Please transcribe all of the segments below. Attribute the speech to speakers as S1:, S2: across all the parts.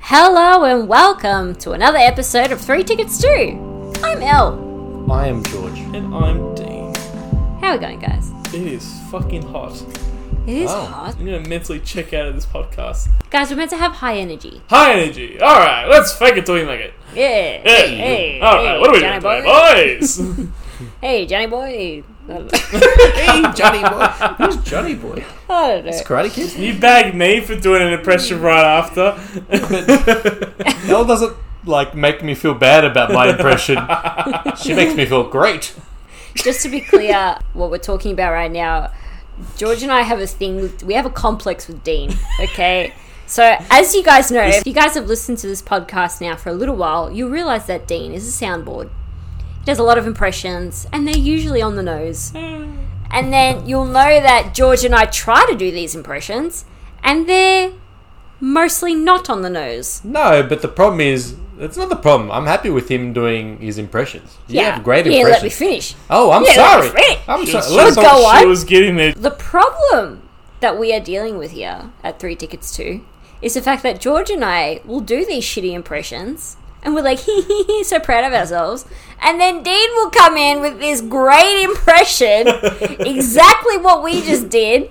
S1: Hello and welcome to another episode of Three Tickets to. I'm Elle.
S2: I am George.
S3: And I'm Dean.
S1: How are we going, guys?
S3: It is fucking hot.
S1: It is
S3: Oh.
S2: Wow.
S1: hot.
S3: I'm gonna mentally check out of this podcast.
S1: Guys, we're meant to have high energy.
S3: High energy. All right, let's fake it till we make it.
S1: Yeah.
S3: Hey.
S1: Hey.
S3: All right,
S1: hey,
S3: what are we
S1: Johnny
S3: doing
S1: boy?
S3: today, boys?
S1: Hey, Johnny boy. I don't know.
S2: Hey, Johnny Boy. Who's Johnny Boy?
S1: I don't know.
S2: Karate Kid?
S3: you bag me for doing an impression right after.
S2: Mel doesn't like make me feel bad about my impression. she makes me feel great.
S1: Just to be clear, what we're talking about right now, George and I have a thing. With, we have a complex with Dean. Okay. So, as you guys know, if you guys have listened to this podcast now for a little while, you'll realize that Dean is a soundboard. He does a lot of impressions, and they're usually on the nose.
S2: Hmm.
S1: And then you'll know that George and I try to do these impressions, and they're mostly not on the nose.
S2: No, but the problem is that's not the problem. I'm happy with him doing his impressions. You have great
S1: yeah, let me
S2: impressions.
S1: finiz.
S2: oh, I'm
S1: Yeah, let me
S2: sorry.
S1: finish.
S2: I'm
S3: She was-
S2: sorry. Let us
S1: Go
S2: all-
S1: on.
S3: She was getting there.
S1: The problem that we are dealing with here at Three Tickets Two is the fact that George and I will do these shitty impressions, and we're like, hee hee hee, so proud of ourselves. And then Dean will come in with this great impression, exactly what we just did,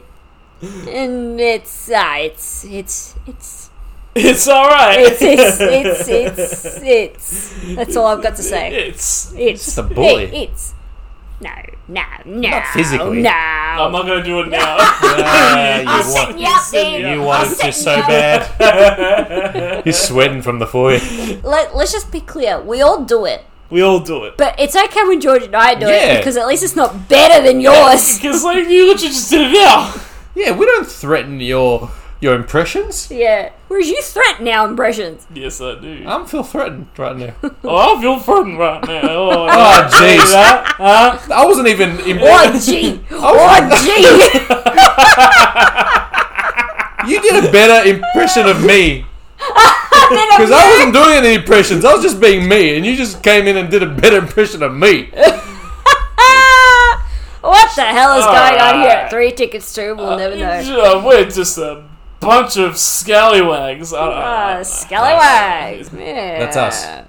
S1: and it's uh, it's it's it's.
S3: It's all right.
S1: It's it's it's it's it's. That's all I've got to say.
S3: It's.
S1: It's
S2: Just a bully.
S1: It- it's no, no, no.
S2: physically.
S1: No.
S3: I'm not gonna do it now.
S2: Ah, you
S1: I'll
S2: want,
S1: send you up,
S3: send
S1: Dean.
S3: you
S2: you
S1: I'll
S3: up.
S2: want it
S1: send
S2: just so
S1: you up.
S2: bad. He's sweating from the forehead.
S1: Let, let's just be clear. We all do it.
S3: we all do it.
S1: But it's okay when George and I do it
S2: Yeah.
S1: because at least it's not better than yours.
S3: Because like you literally just did it now.
S2: Yeah, we don't threaten your your impressions.
S1: yeah. Whereas you threaten our impressions.
S3: Yes, I do.
S2: I'm feel threatened right now.
S3: oh, I feel fun right now. Oh,
S2: Oh, jeez.
S3: that, huh?
S2: I wasn't even.
S1: Oh, gee. Oh, gee.
S2: You did a better impression of me because I wasn't doing any impressions. I was just being me, and you just came in and did a better impression of me.
S1: Ah, what the hell is going on here at
S3: Alright.
S1: Three Tickets to? We'll never know.
S3: Uh, we're just a bunch of scallywags. I don't, I don't
S1: Ah,
S3: know.
S1: Scallywags. Yeah.
S2: That's us.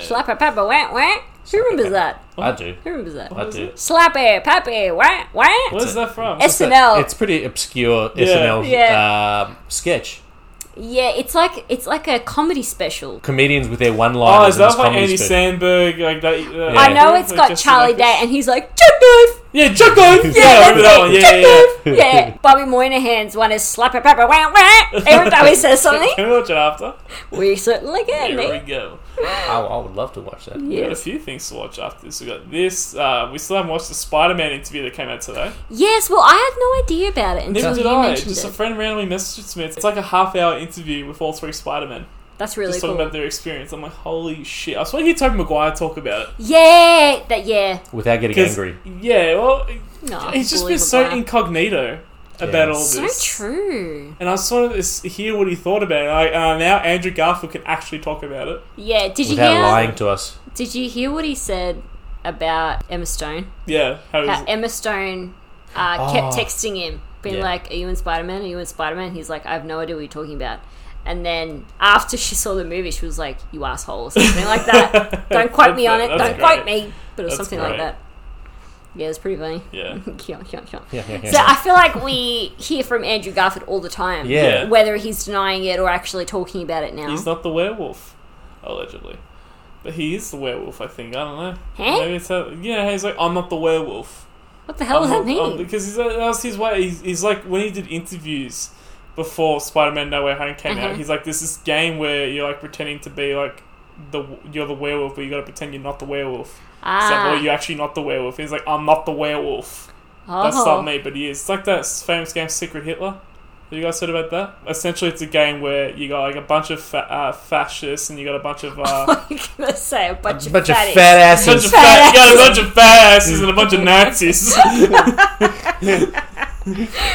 S1: Slap a pepper, wah, wah. Who remembers that?
S2: I do.
S1: Who remembers that?
S2: I do.
S1: Slap a pepper, wah, wah.
S3: Where's that from?
S1: SNL.
S2: It's pretty obscure
S3: Yeah.
S2: SNL
S1: Yeah.
S2: um, sketch.
S1: yeah, it's like it's like a comedy special.
S2: Comedians with their one-liners.
S3: oh, is
S2: in this
S3: that like
S2: comedy
S3: Andy
S2: sketch.
S3: Sandberg? Like that? Uh,
S2: Yeah.
S1: I know
S3: like
S1: it's got
S3: Justin
S1: Charlie
S3: Ackles?
S1: Day, and he's like, Chuck Knife!
S3: Yeah, Chuck Owen. Yeah, I
S1: that's
S3: remember that
S1: it.
S3: one. Yeah, yeah, yeah.
S1: Yeah, Bobby Moynihan's one is slap a pepper, wah, wah. Every time he says something,
S3: Can we watch it after?
S1: we certainly can, eh?
S3: Here we
S1: mate.
S3: go.
S2: I, Oh, I would love to watch that.
S3: We got a
S1: Yes.
S3: few things to watch after this. We got this. Uh, we still haven't watched the Spider-Man interview that came out today.
S1: yes, well, I had no idea about it until
S3: Neither did
S1: you
S3: I.
S1: mentioned
S3: Just a
S1: it.
S3: friend randomly messaged me. It's like a half-hour interview with all three Spider-Men.
S1: That's really
S3: Just
S1: cool.
S3: talking about their experience. I'm like, holy shit! I swear to hear Tobey Maguire talk about it.
S1: yeah, that, yeah.
S2: Without getting
S3: 'Cause-
S2: angry.
S3: Yeah, well,
S1: No,
S3: he's just
S1: Bully
S3: been so
S1: Maguire.
S3: incognito about
S2: Yeah.
S3: all
S1: So
S3: this.
S1: true.
S3: And I just wanted to s- hear what he thought about it. Like, uh, now Andrew Garfield can actually talk about it.
S1: Yeah, did you
S2: Without
S1: hear?
S2: lying to us.
S1: Did you hear what he said about Emma Stone?
S3: Yeah, how
S1: How
S3: he's,
S1: Emma Stone uh, kept
S2: Oh.
S1: texting him, being
S2: Yeah.
S1: like, "Are you in Spider Man? Are you in Spider Man?" He's like, "I have no idea what you're talking about." And then after she saw the movie, she was like, "You asshole," or something like that. Don't quote me on it.
S3: That's
S1: Don't
S3: great.
S1: quote me. But it was
S3: That's
S1: something like
S3: great.
S1: that. Yeah, it's pretty funny.
S3: yeah.
S1: Yeah, yeah, yeah.
S2: Yeah, yeah, yeah.
S1: So uh, I feel like we hear from Andrew Garfield all the time.
S2: Yeah.
S1: Whether he's denying it or actually talking about it now.
S3: He's not the werewolf, allegedly. But he is the werewolf, I think. I don't know.
S1: Huh?
S3: Maybe it's how, yeah, he's like, I'm not the werewolf.
S1: what the hell does
S3: I'm
S1: that
S3: not- I'm-
S1: mean?
S3: Um, because he's, that was his way. He's, he's like, when he did interviews before Spider Man No Way Home came
S1: Uh-huh.
S3: out, he's like, there's this game where you're like pretending to be like, the you're the werewolf, but you gotta pretend you're not the werewolf. It's like,
S1: ah,
S3: well, you're actually not the werewolf. He's like, I'm not the werewolf. That's
S1: oh.
S3: not me, but he is. It's like that famous game Secret Hitler. Have you guys heard about that? Essentially, it's a game where you got like a bunch of fa- uh, fascists and you got a bunch of uh,
S1: I was gonna say a bunch
S2: A
S1: of
S2: bunch of
S1: fatties.
S2: fat
S3: bunch
S2: asses.
S3: of fat, you got a bunch of fat asses and a bunch of Nazis.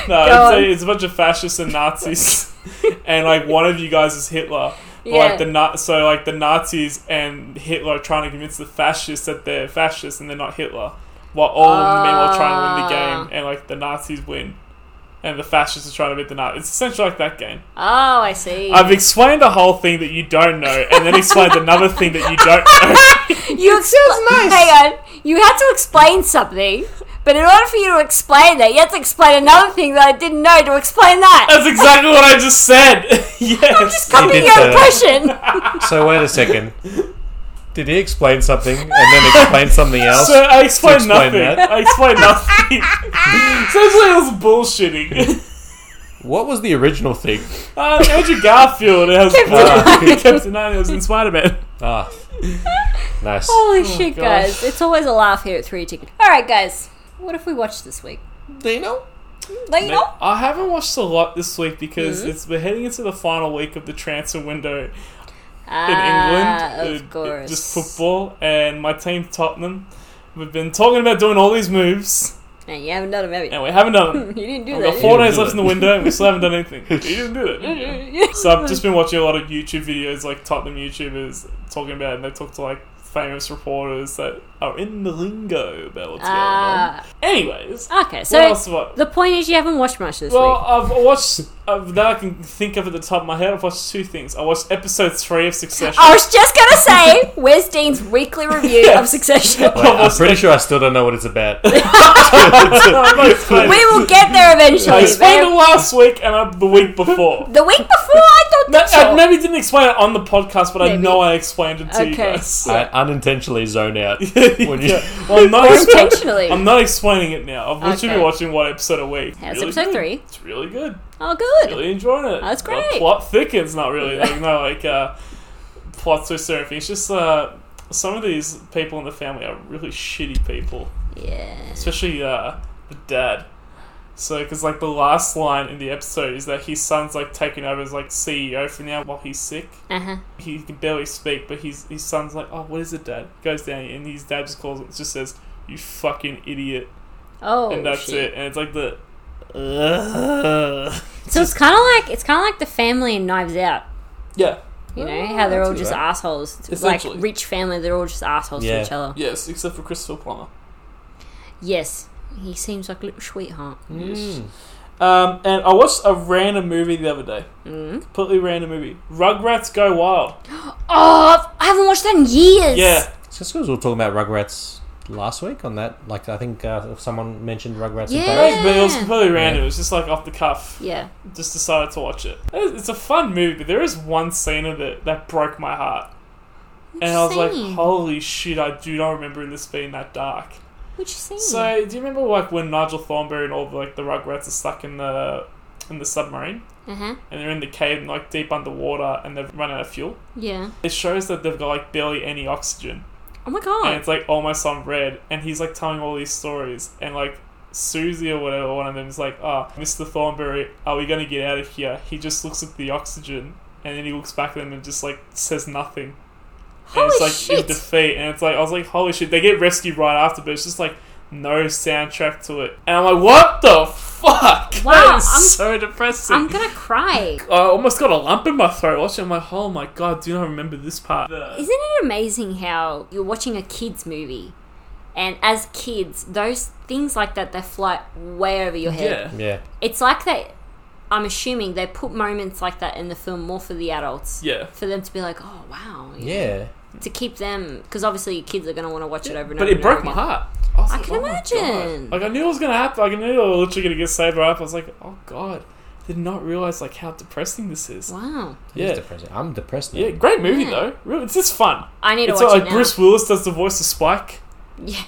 S3: no, it's
S1: on.
S3: a, it's a bunch of fascists and Nazis, and like one of you guys is Hitler. But
S1: Yeah.
S3: Like the Na- so like the Nazis and Hitler are trying to convince the fascists that they're fascists and they're not Hitler, while all of them meanwhile trying to win the
S1: Ah.
S3: game and like the Nazis win. and the fascists are trying to beat the Nazis. It's essentially like that game.
S1: Oh, I see.
S3: I've explained a whole thing that you don't know, and then explained another thing that you don't know.
S1: you expl- Hang on. You had to explain something, but in order for you to explain that, you had to explain another thing that I didn't know to explain that.
S3: That's exactly what I just said. yes.
S1: I'm just copying
S2: did
S1: your
S2: say that.
S1: impression.
S2: So wait a second. Did he explain something and then explain something else?
S3: So I explained
S2: explain
S3: nothing.
S2: that.
S3: I explained nothing. Essentially, it was bullshitting.
S2: What was the original thing?
S3: Um, Andrew Garfield has
S1: Captain
S3: uh,
S1: Nine.
S3: Captain Nine. It was in Spider Man.
S2: Ah, nice.
S1: Holy shit,
S3: Oh, gosh.
S1: guys. It's always a laugh here at 3 Ticket. Alright, guys. What if we watch this week?
S2: Dino?
S1: Let you know.
S3: I haven't watched a lot this week because
S1: Mm-hmm.
S3: it's we're heading into the final week of the transfer window in
S1: Ah,
S3: England.
S1: Of
S3: Uh,
S1: course.
S3: just football, and my team Tottenham. We've been talking about doing all these moves,
S1: And you haven't done it, maybe.
S3: and we haven't done them.
S1: You didn't do
S3: We've
S1: that.
S3: got
S1: did
S3: four
S2: You
S3: days
S2: didn't do
S3: left
S2: it.
S3: in the window, and we still haven't done anything. You didn't do it. did you?
S1: you?
S3: So I've just been watching a lot of YouTubers videos like Tottenham YouTubers talking about, it, and they talk to like famous reporters that are in the lingo about what's
S1: Ah.
S3: going on. Anyways,
S1: Okay,
S3: what
S1: so
S3: else? What?
S1: the point is you haven't watched much this
S3: Well,
S1: week.
S3: I've watched. I've, now I can think of at the top of my head. I've watched two things. I watched episode three of Succession.
S1: I was just gonna say, where's Dean's weekly review of Succession?
S2: Wait, I'm pretty sure I still don't know what it's about.
S3: I'm not explaining.
S1: We will get there
S3: I
S1: eventually.
S3: explained it
S1: man.
S3: last week and uh, the week before.
S1: The week before, I thought
S3: No,
S1: that.
S3: I maybe didn't explain it on the podcast, but I
S1: Maybe.
S3: know I explained it to you
S1: Okay.
S3: guys.
S2: I unintentionally zone out. When you-
S3: Yeah. Well, I'm not
S1: Or
S3: explaining-
S1: intentionally.
S3: I'm not explaining it now. I've literally
S1: Okay.
S3: been watching one episode a week.
S1: Yeah, it's episode
S3: good.
S1: three.
S3: It's really good.
S1: Oh, good.
S3: Really enjoying it.
S1: That's
S3: The
S1: great.
S3: plot thickens, not really. Like, no, like, uh, plot twists or anything. It's just, uh, some of these people in the family are really shitty people.
S1: Yeah.
S3: Especially, uh, the dad. So, because, like, the last line in the episode is that his son's, like, taking over as, like, CEO for now while he's sick
S1: Uh huh.
S3: he can barely speak, but his his son's like, "Oh, what is it, Dad?" Goes down, and his dad just calls it, just says, "You fucking idiot,"
S1: Oh,
S3: and that's
S1: shit.
S3: it. And it's like the, Ugh.
S1: So it's kind of like it's kind of like the family in Knives Out.
S3: yeah,
S1: You know
S2: Oh,
S1: how they're
S2: that's
S1: all just
S2: alright.
S1: assholes. It's Like
S3: Essentially.
S1: rich family, they're all just assholes
S2: Yeah.
S1: to each other.
S3: yes, except for Christopher Plummer.
S1: Yes, he seems like a little sweetheart.
S2: Mm.
S3: Um, and I watched a random movie the other day,
S1: Mm.
S3: completely random movie, Rugrats Go Wild.
S1: Oh, I haven't watched that in years.
S3: Yeah,
S2: Just because we were talking about Rugrats last week on that, like I think uh, someone mentioned Rugrats. in
S1: Yeah.
S2: Paris.
S3: but it was completely random. It was just like off the cuff.
S1: Yeah.
S3: Just decided to watch it. It's it's a fun movie, but there is one scene of it that broke my heart. And I was like,
S1: scene?
S3: holy shit, I do not remember this being that dark.
S1: Which scene?
S3: So, do you remember like when Nigel Thornberry and all the, like the Rugrats are stuck in the in the submarine
S1: uh huh.
S3: and they're in the cave and like deep underwater and they've run out of fuel?
S1: Yeah.
S3: It shows that they've got like barely any oxygen
S1: Oh my god.
S3: and it's like almost on red and he's like telling all these stories and like Susie or whatever one of them is like oh Mr Thornberry are we gonna get out of here he just looks at the oxygen and then he looks back at them and just like says nothing and
S1: Holy
S3: it's like in
S1: shit.
S3: defeat and it's like I was like holy shit they get rescued right after but it's just like no soundtrack to it and I'm like what the fuck
S1: Wow,
S3: that
S1: I'm-
S3: is so depressing
S1: I'm gonna cry.
S3: I almost got a lump in my throat watching it. I'm like oh my god do you not remember this part
S1: Isn't it amazing how you're watching a kids movie, and as kids, those things like that they fly way over your head.
S3: yeah
S2: Yeah.
S1: It's like they, I'm assuming they put moments like that in the film more for the adults,
S3: yeah
S1: for them to be like, oh wow, you know,
S2: Yeah.
S1: to keep them because obviously your kids are gonna want to watch it over. And
S3: But
S1: over
S3: it
S1: and
S3: broke
S1: over
S3: my
S1: again.
S3: heart. I, was
S1: I
S3: like,
S1: can
S3: "Oh my
S1: imagine."
S3: God." Like I knew it was gonna happen. Like I knew they were literally gonna get saved right up. I was like, oh god, did not realize like how depressing this is.
S1: Wow,
S2: He's
S3: Yeah.
S2: depressing. I'm depressed now.
S3: Yeah, great movie
S1: Yeah.
S3: though. Real, it's just fun.
S1: I need to
S3: It's
S1: watch
S3: like
S1: it now.
S3: Bruce Willis does the voice of Spike,
S1: yeah,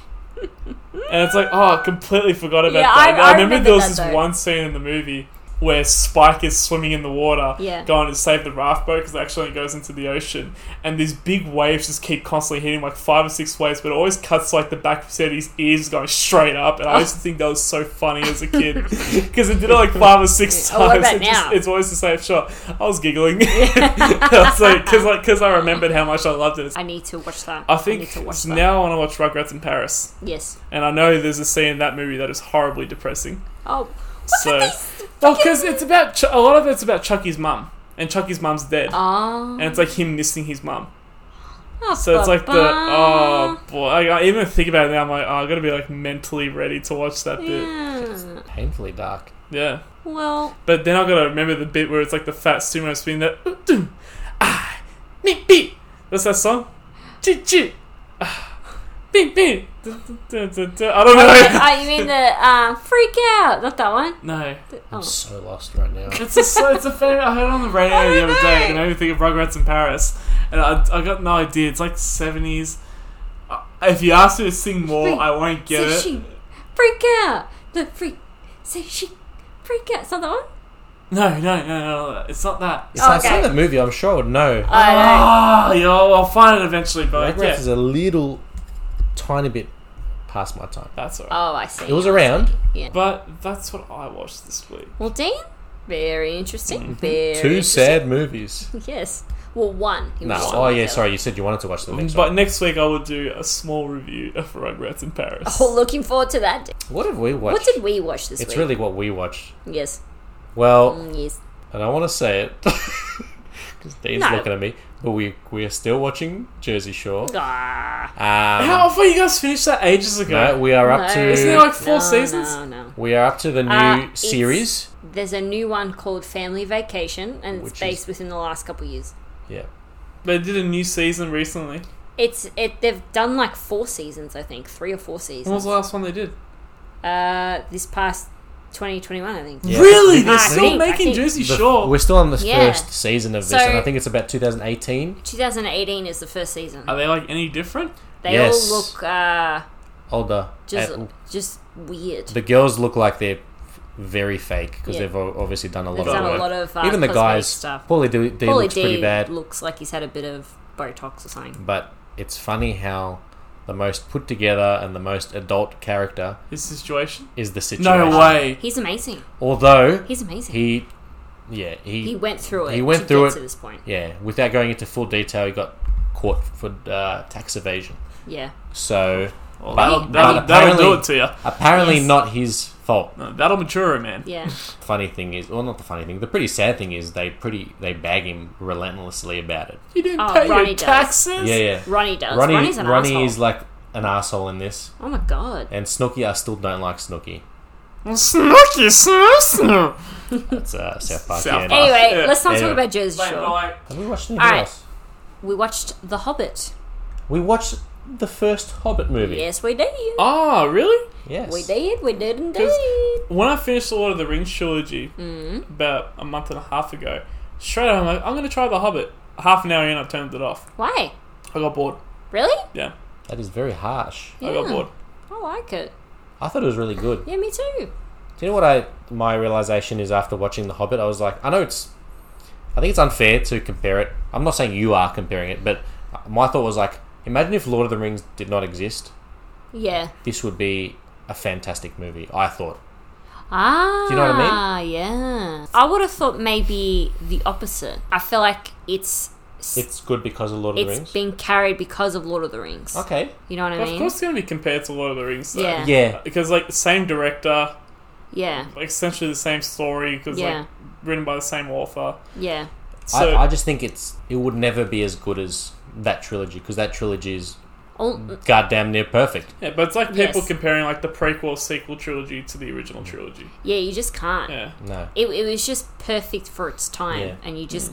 S3: and it's like, oh, I completely forgot about
S1: Yeah,
S3: that.
S1: I-
S3: And
S1: I
S3: remember
S1: remember
S3: there was
S1: that,
S3: this
S1: though.
S3: one scene in the movie where Spike is swimming in the water,
S1: Yeah.
S3: going to save the raft boat because it actually goes into the ocean, and these big waves just keep constantly hitting like five or six waves, but it always cuts to, like the back of his ears going straight up, and I used to think that was so funny as a kid because it did it like five or six
S1: Oh,
S3: times.
S1: what about
S3: It just-
S1: now?
S3: it's always the same shot. I was giggling. I was like, because like, 'cause I remembered how much I loved it.
S1: I need to watch that.
S3: I
S1: need
S3: think
S1: to watch that.
S3: now I want to watch Rugrats in Paris.
S1: yes.
S3: And I know there's a scene in that movie that is horribly depressing.
S1: Oh,
S3: So, well, because it's about Ch- a lot of it's about Chucky's mum, and Chucky's mum's dead,
S1: oh,
S3: and it's like him missing his mum.
S1: Ah.
S3: So it's like the oh boy. I, I even think about it now. I'm like, oh, I gotta be like mentally ready to watch that bit.
S1: Yeah.
S2: Painfully dark.
S3: Yeah.
S1: Well,
S3: But then I gotta remember the bit where it's like the fat sumo spin that. Ah, meep beep. What's that song? Choo choo. Ah, Beep beep. Du- du- du- du- du- I don't know.
S1: oh, you mean the uh, freak out? Not that one.
S3: No,
S1: Oh.
S2: I'm so lost right now.
S3: it's a so- it's a favorite I heard on the radio
S1: I
S3: the
S1: don't
S3: other day. It
S1: know.
S3: made me think of Rugrats in Paris, and I, I got no idea. It's like seventies. Uh, If you ask me to sing more,
S1: Freak.
S3: I won't get
S1: Say
S3: it.
S1: she freak out. The freak. Say she freak out. It's not that one.
S3: No, no, no, no, no. It's not that.
S2: It's like,
S1: Okay.
S2: I've seen that movie, I'm sure I would know.
S1: I
S3: Ah, yeah, I'll I'll find it eventually,
S1: Uh,
S3: but
S2: Rugrats
S3: yeah.
S2: is a little tiny bit past my time.
S3: that's alright.
S1: Oh, I see.
S2: It was around
S1: Yeah.
S3: But that's what I watched this week.
S1: Well, Dean, very interesting. Very
S2: Mm-hmm. two
S1: interesting.
S2: sad movies.
S1: Yes. Well, one. He
S2: No,
S1: was just
S2: oh
S1: one
S2: yeah,
S1: fella.
S2: sorry, you said you wanted to watch the next
S3: but
S2: one.
S3: next week I will do a small review of Rugrats in Paris.
S1: Oh, looking forward to that.
S2: What have we watched?
S1: What did we watch this
S2: it's
S1: week?
S2: really Oh. what we watched.
S1: Yes.
S2: Well,
S1: Mm, yes.
S2: and I want to say it because Dean's
S1: No.
S2: looking at me, but we we are still watching Jersey Shore.
S1: Ah.
S3: How
S2: Um,
S3: often you guys finished that ages ago?
S2: no, we are up
S1: No.
S2: to
S3: Isn't there like four
S1: No,
S3: seasons?
S1: No, no.
S2: we are up to the new
S1: Uh, it's-
S2: series.
S1: There's a new one called Family Vacation, and it's
S2: Which is-
S1: based within the last couple of years.
S2: Yeah,
S3: They did a new season recently.
S1: It's it. They've done like four seasons, I think, three or four
S3: When was
S1: seasons.
S2: Oh,
S3: the last one they did?
S1: Uh, this past 2021, I think.
S2: Yeah.
S3: Really? They're
S1: I
S3: still
S1: think- I
S3: making
S1: think-
S3: Jersey
S2: The-
S3: Shore.
S2: We're still on the
S1: Yeah.
S2: first season of this,
S1: So-
S2: and I think it's about 2018.
S1: 2018 is the first season.
S3: Are they like any different?
S1: They
S2: Uh, Yes.
S1: all look uh,
S2: Older,
S1: just
S2: And
S1: just weird.
S2: the girls look like they're very fake because
S1: Yeah.
S2: they've o- obviously done a lot
S1: They've
S2: of
S1: done a
S2: work.
S1: lot of uh,
S2: Even the
S1: cosmetic
S2: guys,
S1: stuff.
S2: Paulie D, D
S1: Paulie
S2: looks pretty
S1: D
S2: bad,
S1: looks like he's had a bit of Botox or something.
S2: but it's funny how the most put together and the most adult character
S3: This situation?
S2: is the situation.
S3: No way.
S1: He's amazing.
S2: Although
S1: He's amazing. He,
S2: he, yeah, he,
S1: went through it.
S2: he went
S1: to
S2: through
S1: get
S2: it.
S1: to this point.
S2: yeah, without going into full detail, he got caught for uh, tax evasion.
S1: Yeah.
S2: So
S3: Well,
S2: But-
S3: that'll,
S1: but
S3: that'll, that'll do
S2: apparently-
S3: it to you.
S2: apparently
S1: Yes.
S2: not his fault.
S3: No, that'll mature a man.
S1: Yeah.
S2: funny thing is, well, not the funny thing. The pretty sad thing is they pretty they bag him relentlessly about it.
S3: You didn't
S1: Oh,
S3: pay
S1: Ronnie
S3: your
S1: does.
S3: taxes?
S2: Yeah, yeah.
S1: Ronnie does.
S2: Ronnie,
S1: Ronnie's an
S2: Ronnie
S1: asshole.
S2: is like an asshole in this,
S1: oh my god.
S2: and Snooky. I still don't like Snooky.
S3: Well, Snooky, snoo, snoo.
S2: That's uh, South Park.
S3: South
S2: yeah.
S3: Park.
S1: Anyway,
S3: Yeah.
S1: let's not
S2: Anyway.
S1: talk about Jersey
S3: Like,
S1: Shore.
S3: like,
S2: Have we watched anything
S1: Alright.
S2: else?
S1: We watched The Hobbit.
S2: We watched the first Hobbit movie.
S1: Yes, we did.
S3: Oh, really?
S2: Yes.
S1: We did. We did indeed.
S3: When I finished the Lord of the Rings trilogy
S1: Mm.
S3: about a month and a half ago, straight away I'm like, I'm going to try The Hobbit. Half an hour in, I turned it off.
S1: Why?
S3: I got bored.
S1: Really?
S3: Yeah,
S2: That is very harsh.
S3: I got bored.
S1: I like it.
S2: I thought it was really good.
S1: Yeah, me too.
S2: Do you know what I my realization is after watching The Hobbit? I was like, I know it's, I think it's unfair to compare it. I'm not saying you are comparing it, but my thought was like, imagine if Lord of the Rings did not exist.
S1: Yeah.
S2: this would be a fantastic movie. I thought.
S1: Ah,
S2: you know what I mean?
S1: Yeah. I would have thought maybe the opposite. I feel like it's
S2: It's good because of Lord of the
S1: it's
S2: Rings.
S1: been carried because of Lord of the Rings.
S2: okay.
S1: You know what I
S3: Of
S1: mean?
S3: course, it's going to be compared to Lord of the Rings, though.
S1: Yeah.
S2: Yeah.
S3: Because, like, same director,
S1: Yeah.
S3: like, essentially the same story, because,
S1: Yeah.
S3: like, written by the same author.
S1: Yeah.
S3: So,
S2: I, I just think it's it would never be as good as that trilogy because that trilogy is
S1: All,
S2: goddamn near perfect.
S3: yeah, but it's like people
S1: Yes.
S3: comparing, like, the prequel sequel trilogy to the original trilogy.
S1: yeah, you just can't.
S3: Yeah.
S2: No.
S1: It, it was just perfect for its time,
S2: Yeah.
S1: and you just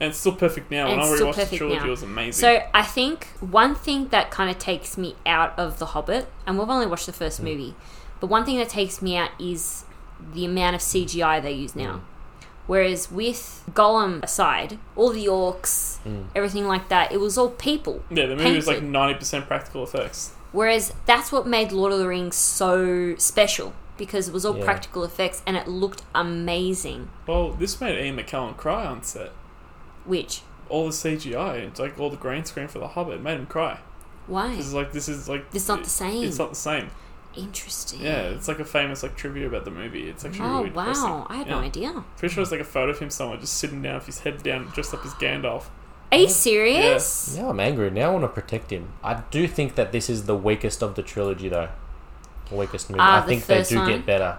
S3: And it's still perfect now.
S1: And
S3: when I
S1: it's still
S3: rewatched the
S1: perfect
S3: trilogy,
S1: now.
S3: it was amazing.
S1: So I think one thing that kind of takes me out of The Hobbit, and we've only watched the
S3: Hmm.
S1: first movie, but one thing that takes me out is the amount of CGI they use
S3: Hmm.
S1: now. Whereas with Gollum aside, all the orcs,
S3: Hmm.
S1: everything like that, it was all people.
S3: yeah, the movie was, like,
S1: painted.
S3: 90% practical effects.
S1: Whereas that's what made Lord of the Rings so special because it was all
S2: Yeah.
S1: practical effects and it looked amazing.
S3: Well, this made Ian McKellen cry on set.
S1: Which
S3: all the CGI, it's like all the green screen for the Hobbit, it made him cry.
S1: why
S3: This is like this is like
S1: It's not the same.
S3: It's not the same.
S1: interesting?
S3: Yeah, it's like a famous like trivia about the movie. It's actually
S1: Oh
S3: really
S1: wow!
S3: interesting.
S1: I had
S3: yeah.
S1: no idea.
S3: Pretty sure it's like a photo of him somewhere just sitting down with his head down, dressed up as Gandalf.
S1: Are you serious?
S2: Now I'm angry. Now I want to protect him. I do think that this is the weakest of the trilogy, though. Weakest movie.
S1: Ah,
S2: I
S1: the
S2: think they
S1: first
S2: do
S1: one?
S2: get better.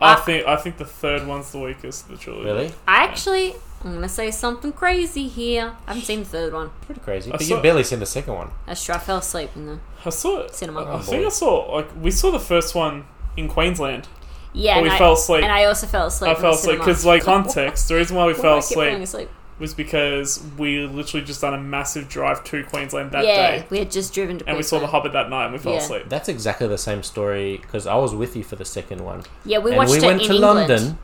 S3: I
S1: Ah.
S3: think I think the third one's the weakest of the trilogy.
S2: Really?
S1: I actually, I'm gonna say something crazy here. I haven't seen the third one.
S2: Pretty crazy.
S3: I
S2: But
S3: saw-
S2: you've barely seen the second one.
S1: That's true. I fell asleep in the
S3: I saw it.
S1: cinema.
S3: I think I saw like we saw the first one in Queensland.
S1: Yeah,
S3: Or
S1: and
S3: we
S1: I,
S3: fell asleep.
S1: and I also fell asleep.
S3: I
S1: in
S3: fell
S1: the
S3: asleep
S1: cinema.
S3: because, like, context. The reason why we
S1: Why do
S3: fell
S1: I keep falling
S3: asleep
S1: asleep.
S3: was because we literally just done a massive drive to Queensland that
S1: yeah,
S3: day,
S1: we had just driven to
S3: and we saw the
S1: Queensland.
S3: Hobbit that night, and we fell
S1: Yeah.
S3: asleep.
S2: That's exactly the same story because I was with you for the second one.
S1: Yeah, we
S2: and
S1: watched
S2: we
S1: it
S2: went
S1: in
S2: to
S1: England.
S2: London,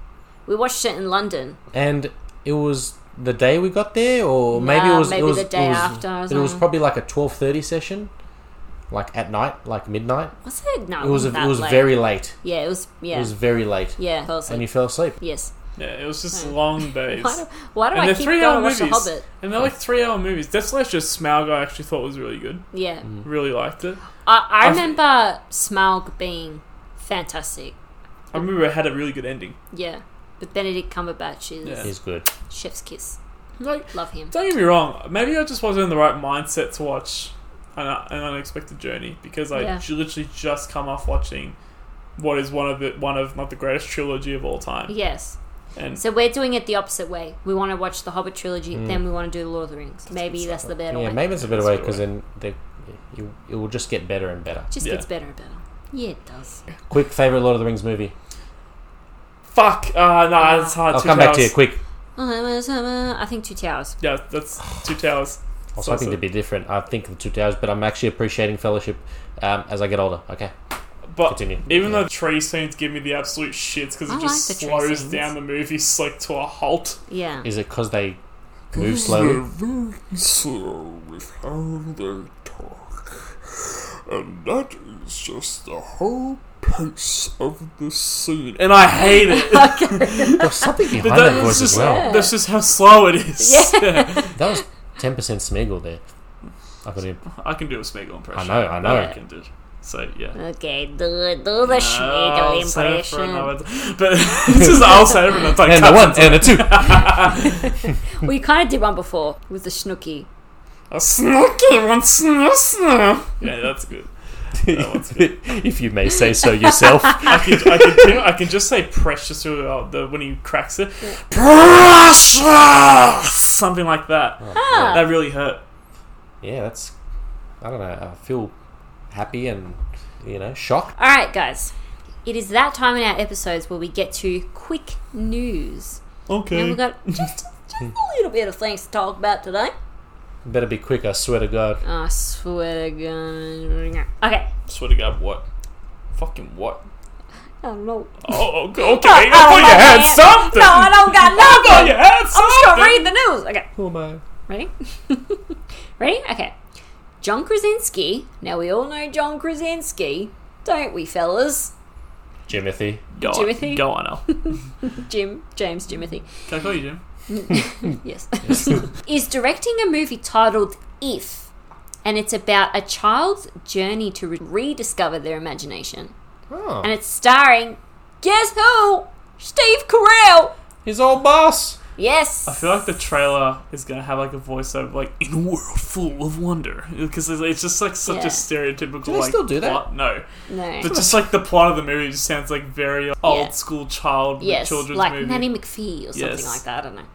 S1: We watched it in London.
S2: and it was the day we got there, or maybe
S1: Nah,
S2: it was
S1: maybe
S2: it was,
S1: the day
S2: it was,
S1: after or
S2: It was
S1: something.
S2: probably like a twelve thirty session, like at night, like midnight.
S1: Was it? No,
S2: It was
S1: wasn't
S2: it
S1: that
S2: was
S1: late.
S2: very late.
S1: Yeah, it was. Yeah,
S2: It was very late,
S1: yeah, fell asleep.
S2: and you fell asleep.
S1: yes.
S3: Yeah, it was just long days.
S1: Why do, why do
S3: and
S1: I
S3: they're
S1: keep
S3: three
S1: going to
S3: hour
S1: watch The
S3: movies.
S1: Hobbit?
S3: And they're like three hour movies. Death Slasher's Smaug I actually thought was really good.
S1: Yeah,
S2: Mm.
S3: Really liked it.
S1: I, I
S3: I've-
S1: remember Smaug being fantastic.
S3: I remember it had a really good ending.
S1: Yeah, but Benedict Cumberbatch is
S3: Yeah.
S2: Is good.
S1: chef's kiss.
S3: Like,
S1: Love him.
S3: don't get me wrong, maybe I just wasn't in the right mindset to watch an, an unexpected journey because I
S1: Yeah.
S3: ju- literally just come off watching what is one of the one of not the greatest trilogy of all time.
S1: Yes.
S3: And
S1: So we're doing it the opposite way. We want to watch the Hobbit trilogy, then we want to do Lord of the Rings. Maybe that's the better
S2: Yeah,
S1: way.
S2: maybe it's a better
S3: That's
S2: way
S3: a
S2: because
S3: better
S2: then they, you, it will just get better and better.
S1: Just
S3: Yeah.
S1: gets better and better. Oh, Yeah, it does.
S2: Quick favorite Lord of the Rings movie.
S3: fuck, uh, no, it's hard.
S2: I'll
S3: Two
S2: come back to you
S3: Towers.
S2: quick.
S1: I think Two Towers.
S3: Yeah, that's two towers.
S2: I was
S3: So-
S2: hoping
S3: so-
S2: to be different. I think the two towers, but I'm actually appreciating Fellowship um, as I get older. Okay,
S3: But
S2: continue.
S3: even though the tree scenes give me the absolute shits because
S1: I
S3: it
S1: like
S3: just
S1: the tree
S3: slows
S1: scenes.
S3: down the movies like to a halt.
S1: Yeah.
S2: is it because they move slowly?
S4: slow with how they talk. And that is just the whole pace of the scene.
S3: And I hate it.
S2: There's something
S3: But
S2: behind
S3: that-
S2: that
S3: that's,
S2: voice as
S3: just,
S2: well.
S3: that's just how slow it is. Yeah.
S2: That was ten percent Smeagol there. I could
S3: I can do a Smeagol impression.
S2: I know, I know.
S3: I can do. So yeah. Uh,
S1: Okay, do, do the
S3: I'll
S1: Schmeagol
S3: say it for
S1: impression.
S3: another time. But it's just I'll say it for another time.
S2: and a
S3: Cut.
S2: one and a two.
S1: We kind of did one before with the Snooky.
S3: A snooky one, snoo, snoo. Yeah, that's good.
S2: if you may say so yourself.
S3: I can, I can, do, I can just say precious throughout the when he cracks it. Precious, something like that.
S1: Oh,
S2: Ah.
S3: That really hurt.
S2: yeah, that's. I don't know. I feel happy and you know shocked.
S1: All right, guys. It is that time in our episodes where we get to quick news. And
S3: Okay.
S1: we've got just, just a little bit of things to talk about today.
S2: Better be quick. I swear to God.
S1: I swear to God. Okay.
S3: Swear to God, what? Fucking what?
S1: I don't know.
S3: Oh, okay. okay.
S1: I
S3: I
S1: don't
S3: thought
S1: know,
S3: you had
S1: man.
S3: something.
S1: Oh, No, I don't got
S3: I thought you
S1: nothing.
S3: had
S1: I'm just gonna
S3: something.
S1: read the news. Okay.
S2: Who am I?
S1: Ready? Ready? Okay. John Krasinski. Now we all know John Krasinski, don't we, fellas?
S2: Jimothy.
S3: Go on,
S1: Timothy?
S3: Go on, Al.
S1: Jim, James Jimothy.
S3: Can I call you Jim?
S1: Yes. is directing a movie titled If, and it's about a child's journey to re- rediscover their imagination.
S2: Oh,
S1: And it's starring, guess who? Steve Carell.
S2: his old boss.
S1: Yes.
S3: I feel like the trailer is gonna have like a voiceover like "In a world full of wonder" because it's, it's just like such
S1: Yeah.
S3: a stereotypical.
S2: they
S3: like,
S2: still do that?
S3: Plot. No,
S1: no.
S3: but just like the plot of the movie just sounds like very old school child
S1: yes,
S3: children's
S1: like
S3: movie.
S1: Nanny McPhee or something
S3: Yes.
S1: like that. I don't know.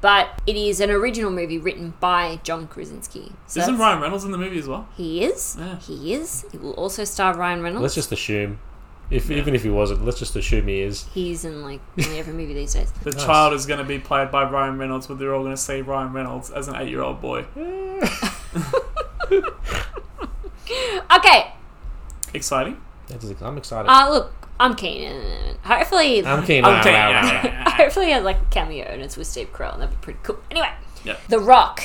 S1: But it is an original movie written by John Krasinski. So
S3: Isn't
S1: that's-
S3: Ryan Reynolds in the movie as well?
S1: He is.
S3: Yeah.
S1: He is. It will also star Ryan Reynolds.
S2: Let's just assume. If even if he wasn't, let's just assume he is.
S1: He's in like nearly every movie these days.
S3: The
S2: Nice.
S3: child is going to be played by Ryan Reynolds, but they're all going to say Ryan Reynolds as an eight-year-old boy,
S1: Okay.
S3: exciting.
S2: That is, I'm excited.
S1: Uh, look, I'm keen. Hopefully,
S2: I'm keen.
S3: I'm keen.
S1: hopefully, he has like a cameo and it's with Steve Carell, and that'd be pretty cool. Anyway,
S3: Yeah.
S1: The Rock.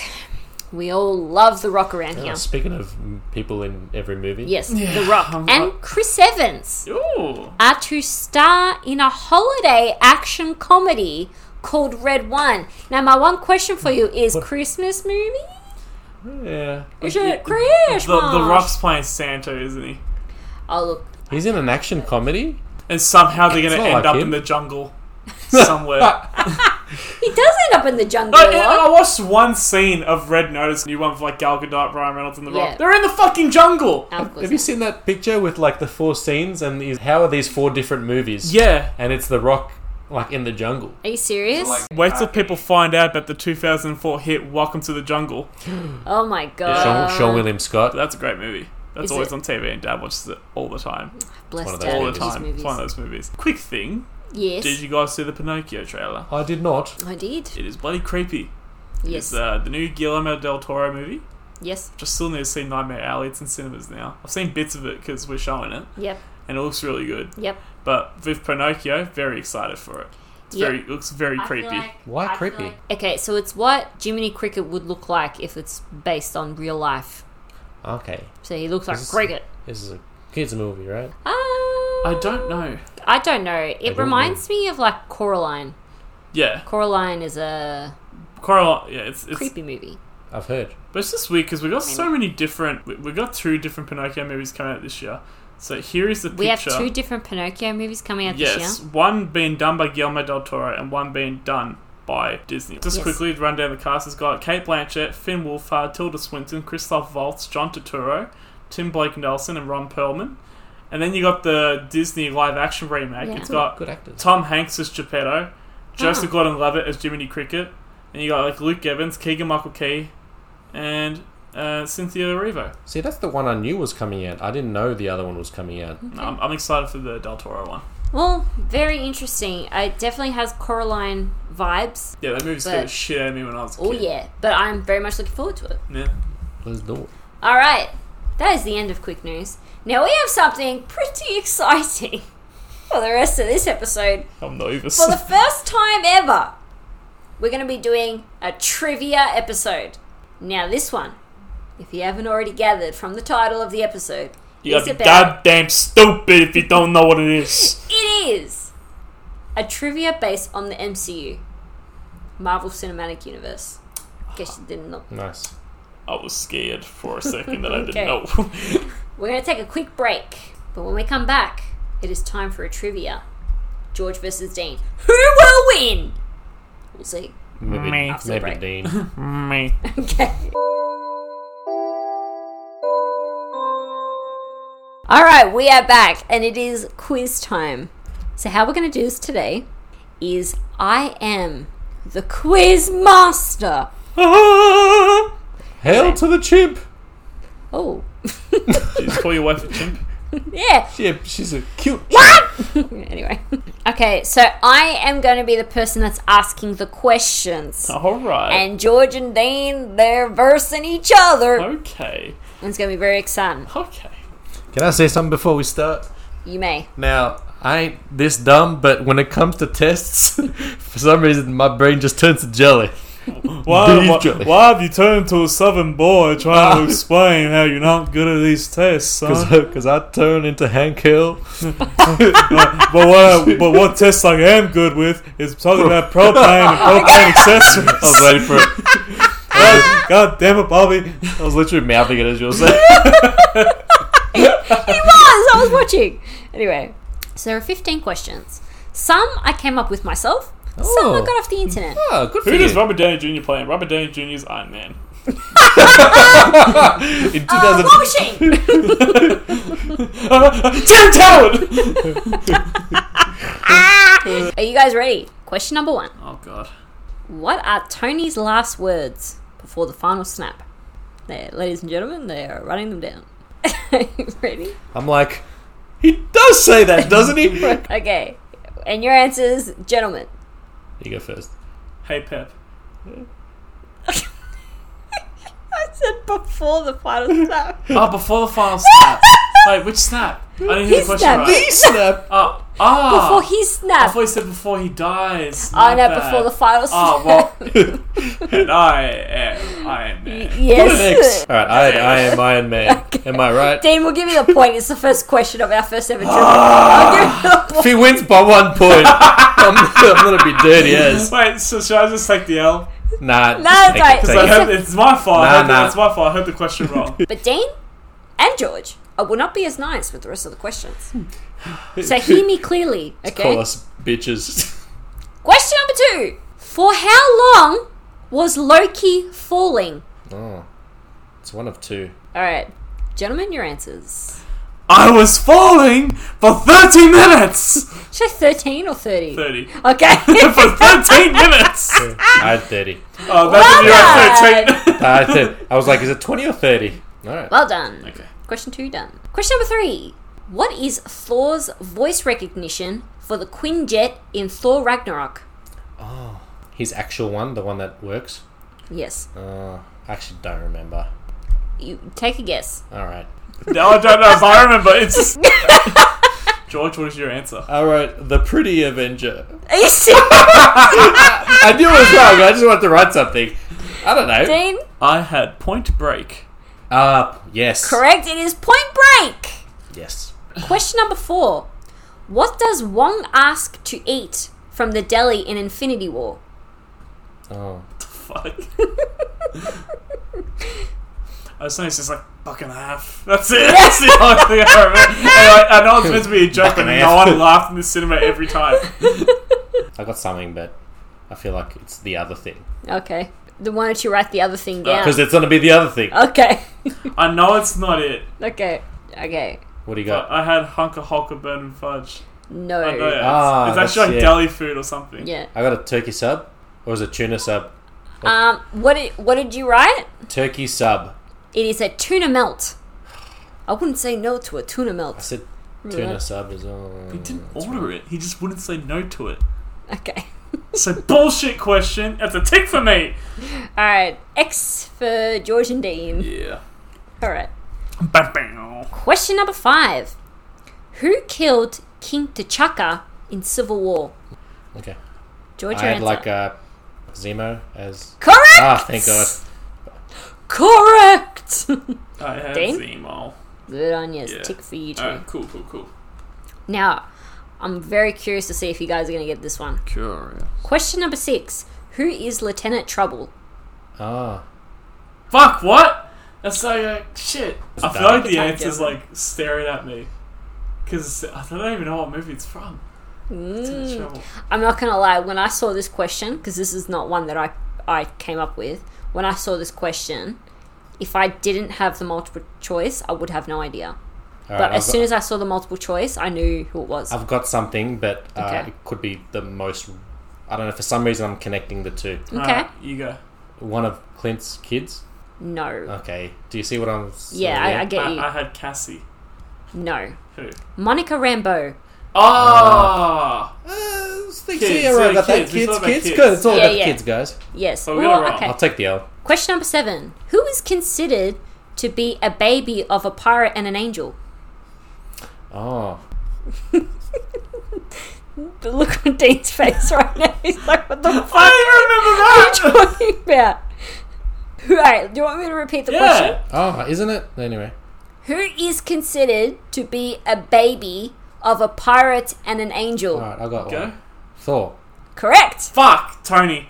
S1: We all love The Rock around
S2: Oh,
S1: here.
S2: Speaking of m- people in every movie,
S1: Yes,
S3: Yeah,
S1: The Rock
S3: I'm-
S1: and Chris Evans
S3: Ooh,
S1: are to star in a holiday action comedy called Red One. Now, my one question for you is:
S2: What-
S1: Christmas movie?
S2: yeah,
S1: Is it
S3: the,
S1: Christmas?
S3: the Rock's playing Santa, isn't he?
S1: Oh look,
S2: he's in an action comedy.
S3: And somehow they're
S2: It's
S3: going to
S2: not
S3: end
S2: like
S3: up
S2: him.
S3: in the jungle somewhere.
S1: he does end up in the jungle.
S3: I,
S1: a lot.
S3: I watched one scene of Red Notice, new one with like Gal Gadot, Ryan Reynolds, and The
S1: Yeah.
S3: Rock. They're in the fucking jungle.
S1: Oh, of course
S2: Have you
S1: not.
S2: seen that picture with like the four scenes and is, how are these four different movies?
S3: Yeah.
S2: and it's The Rock like in the jungle.
S1: Are you serious?
S3: Wait till people find out that the 2004 hit "Welcome to the Jungle."
S1: oh my god.
S3: Uh,
S2: Sean, Sean William Scott.
S3: That's a great movie. That's
S1: Is
S3: always
S1: it-
S3: on TV, and Dad watches it all the time.
S1: Bless
S2: One of those
S1: Dad
S3: all
S2: Yeah,
S3: the
S1: with his
S3: time. It's
S1: movies.
S3: one of those movies. Quick thing
S1: Yes,
S3: did you guys see the Pinocchio trailer?
S2: I did not.
S1: I did.
S3: It is bloody creepy.
S1: Yes,
S3: It's uh, the new Guillermo del Toro movie.
S1: yes,
S3: Just still need to see Nightmare Alley. It's in cinemas now. I've seen bits of it because we're showing it,
S1: yep,
S3: and it looks really good.
S1: yep.
S3: But with Pinocchio, very excited for it. It's
S1: Yeah.
S3: very it looks very creepy.
S2: Why creepy?
S1: Okay, so it's what Jiminy Cricket would look like if it's based on real life.
S2: Okay.
S1: So he looks like
S2: This is-
S1: cricket.
S2: This is a kids' movie, right?
S1: Uh,
S3: I
S1: I
S3: don't know.
S1: I don't know. It
S2: don't
S1: reminds me of like Coraline.
S3: Yeah,
S1: Coraline is a
S3: Coral. Yeah, it's it's
S1: creepy movie.
S2: I've heard.
S3: But it's just weird because we got so many different. we- We got two different Pinocchio movies coming out this year. So here is the picture.
S1: We have two different Pinocchio movies coming out
S3: Yes,
S1: this year.
S3: one being done by Guillermo del Toro and one being done by Disney. Just
S1: Yes.
S3: quickly run down the cast. It's got Kate Blanchett, Finn Wolfhard, Tilda Swinton, Christoph Waltz, John Turturro, Tim Blake Nelson, and Ron Perlman. And then you got the Disney live action remake.
S1: Yeah. Ah.
S3: It's got
S2: Good actors.
S3: Tom Hanks as Geppetto, Joseph Gordon-Levitt as Jiminy Cricket, and you got like Luke Evans, Keegan Michael Key, and uh, Cynthia Erivo.
S2: See, that's the one I knew was coming out. I didn't know the other one was coming out.
S3: I'm, I'm excited for the Del Toro one.
S1: Well, very interesting. It definitely has Coraline vibes.
S3: Yeah, that movie scared the
S1: But-
S3: shit out of me when I was a
S1: Oh
S3: kid.
S1: yeah, but I'm very much looking forward to it.
S3: yeah.
S2: Let's do it.
S1: All right, that is the end of quick news. Now we have something pretty exciting for the rest of this episode.
S3: I'm nervous.
S1: For the first time ever, we're going to be doing a trivia episode. Now this one, if you haven't already gathered from the title of the episode,
S3: You
S1: is
S3: gotta be
S1: about
S3: goddamn stupid if you don't know what it is.
S1: it is a trivia based on the MCU, Marvel Cinematic Universe. Guess you didn't know.
S2: Nice.
S3: I was scared for a second that I didn't
S1: Okay.
S3: know.
S1: We're going to take a quick break, but when we come back, it is time for a trivia. George versus Dean. Who will win? We'll see.
S2: Maybe,
S3: Me.
S2: maybe
S1: Break.
S2: Dean.
S3: Me.
S1: Okay. All right, we are back, and it is quiz time. So, how we're going to do this today is I am the quiz master.
S2: Hail to the chimp!
S1: Oh,
S3: Just call your wife a chimp.
S1: yeah.
S2: Yeah, she's a cute
S1: anyway, okay. So, I am going to be the person that's asking the questions.
S3: Oh. Alright.
S1: and George and Dean, they're versing each other.
S3: Okay.
S1: It's going to be very exciting.
S3: Okay.
S2: Can I say something before we start?
S1: You may.
S2: Now, I ain't this dumb, but when it comes to tests, for some reason my brain just turns to jelly.
S3: Why,
S2: Beef
S3: why,
S2: jelly.
S3: why have you turned to a southern boy trying to explain how you're not good at these tests, son?
S2: Because I turn into Hank Hill.
S3: But what, I- but what tests I am good with is talking about propane and
S2: Oh
S3: propane accessories.
S2: I was waiting for it. Oh,
S3: God, God damn it, Bobby.
S2: I was literally mouthing it as you were saying.
S1: was. I was watching. Anyway, so there are 15 questions. Some I came up with myself. Some I
S2: Oh.
S1: got off the internet.
S2: Oh, good for
S3: Who
S2: you.
S3: does Robert Downey Jr. play? in? Robert Downey Jr. is Iron Man.
S2: In
S1: Uh,
S2: 2000
S1: what machine?
S3: Tim Talent!
S1: are you guys ready? Question number one.
S3: Oh, God.
S1: What are Tony's last words before the final snap? There, ladies and gentlemen, they are writing them down. ready?
S2: I'm like, he does say that, doesn't he? you
S1: Okay. And your answers, gentlemen.
S2: go first.
S3: Hey, Pep.
S1: I said before the final snap.
S3: Oh, before the final snap. Wait, which snap? I didn't hear
S1: His
S3: the question
S1: snap.
S3: right.
S2: snap.
S3: Oh, ah.
S1: Before he
S3: I
S1: snapped.
S3: thought you said before he dies.
S1: Oh
S3: My
S1: no,
S3: bad.
S1: before the final snap.
S3: Oh, well. and I am Iron Man.
S1: Yes.
S2: All right, I, I am Iron Man. Am I right?
S1: Dean will give me the point. It's the first question of our first ever trivia. I'll give you the
S2: If
S1: point.
S2: he wins by one point, I'm, I'm gonna be dirty as.
S3: Wait, so should I just take the L?
S2: Nah,
S1: No,
S2: just
S1: it's all
S2: take it,
S3: So
S1: right.
S2: take
S3: I
S2: it.
S3: heard, it's my fault. I
S2: Nah,
S3: heard,
S2: nah.
S3: It's my fault. I heard the question wrong.
S1: But Dean and George I will not be as nice with the rest of the questions. So hear me clearly,
S2: Call
S1: okay?
S2: us bitches.
S1: Question number two. For how long was Loki falling?
S2: Oh, it's one of two.
S1: All right, gentlemen, your answers.
S3: I was falling for 30 minutes!
S1: Should I say 13 or 30?
S3: 30.
S1: Okay.
S3: for 13 minutes!
S2: I had thirty.
S3: Oh, that's if you're at 13.
S2: I had 10. I was like, is it twenty or thirty? All right.
S1: well done.
S3: Okay.
S1: Question two done. Question number three. What is Thor's voice recognition for the Quinjet in Thor Ragnarok?
S2: His actual one, the one that works.
S1: Yes.
S2: Uh, I actually don't remember.
S1: You take a guess.
S2: All right.
S3: No, I don't know if I remember. It's George. What is your answer?
S2: All right. The Pretty Avenger.
S1: Are you serious,
S2: I knew it was wrong. I just wanted to write something. I don't know.
S1: Dean?
S3: I had Point Break.
S2: Uh, yes.
S1: Correct. It is Point Break.
S2: Yes.
S1: Question number four. What does Wong ask to eat from the deli in Infinity War?
S2: Oh.
S3: Fuck. I was saying it's just like buck and a half. That's it. That's the only thing I remember. And I, I know it's meant to be a joke,
S2: Buck and
S3: but
S2: a
S3: no
S2: half.
S3: one laughed in the cinema every time.
S2: I got something, but I feel like it's the other thing.
S1: Okay. Then why don't you write the other thing down?
S2: Because it's going to be the other thing.
S1: okay.
S3: I know it's not it.
S1: okay. Okay.
S2: What do you
S3: But
S2: got?
S3: I had Hunker Hulker Burn and Fudge.
S1: No.
S3: I know it.
S2: Ah,
S3: it's
S2: that's
S3: actually like
S2: it.
S3: deli food or something.
S1: Yeah.
S2: I got a turkey sub. Or was it tuna sub?
S1: Um. What did What did you write?
S2: Turkey sub.
S1: It is a tuna melt. I wouldn't say no to a tuna
S2: I
S1: melt.
S2: said tuna
S1: Remember
S2: sub as well.
S3: He didn't order it. He just wouldn't say no to it.
S1: that? Okay.
S3: It's a bullshit question. That's a tick for me.
S1: All right. X for George and Dean.
S3: Yeah.
S1: All right.
S3: Bam, bam.
S1: Question number five. Who killed King T'Chaka in Civil War?
S2: Okay.
S1: George,
S2: I
S1: your
S2: had
S1: answer.
S2: like uh, Zemo as.
S1: Correct.
S2: Ah, thank God.
S1: Correct.
S3: I had
S1: Dane?
S3: Zemo.
S1: Good on you. It's a
S3: Yeah.
S1: Tick for you two.
S3: Alright, cool, cool, cool.
S1: Now, I'm very curious to see if you guys are going to get this one.
S3: Curious.
S1: Question number six. Who is Lieutenant Trouble?
S2: Ah.
S3: Fuck, what? That's so, like, shit. I feel
S2: dark.
S3: like the
S1: Attack
S3: answer's,
S1: Devil.
S3: like, staring at me. Because I don't even know what movie it's from. It's in
S1: Mm.
S3: the trouble.
S1: I'm not gonna lie, when I saw this question, because this is not one that I I came up with, when I saw this question, if I didn't have the multiple choice, I would have no idea.
S2: All
S1: But
S2: right,
S1: as
S2: I've,
S1: soon
S2: got,
S1: as I saw the multiple choice, I knew who it was.
S2: I've got something, but uh,
S1: Okay.
S2: it could be the most. I don't know. For some reason, I'm connecting the two.
S1: okay.
S3: Alright, you go.
S2: One of Clint's kids.
S1: No.
S2: Okay. Do you see what I'm? saying
S1: yeah, I,
S2: there?
S1: I get
S3: I,
S1: you.
S2: uh.
S3: I had Cassie.
S1: no.
S3: Who?
S1: Monica Rambo.
S3: Oh!
S2: Uh,
S3: Kids,
S2: yeah,
S3: yeah,
S2: right about that.
S3: kids, we
S2: Kids,
S3: thought about
S2: kids,
S3: kids.
S2: good. It's all
S1: Yeah,
S2: about
S1: yeah.
S2: kids, guys.
S1: Yes.
S3: Oh, we got it
S1: Well,
S3: wrong.
S1: okay.
S2: I'll take the L.
S1: Question number seven. Who is considered to be a baby of a pirate and an angel?
S2: Oh,
S1: The look on Dean's face right now. He's like, what the
S3: Ah!
S1: fuck?
S3: I
S1: are you talking about? Right, do you want me to repeat the question?
S3: Yeah!
S2: oh, isn't it? Anyway,
S1: Who is considered to be a baby of a pirate and an angel?
S2: all right, I got
S3: Go.
S2: one. Thor,
S1: Correct.
S3: Fuck, Tony.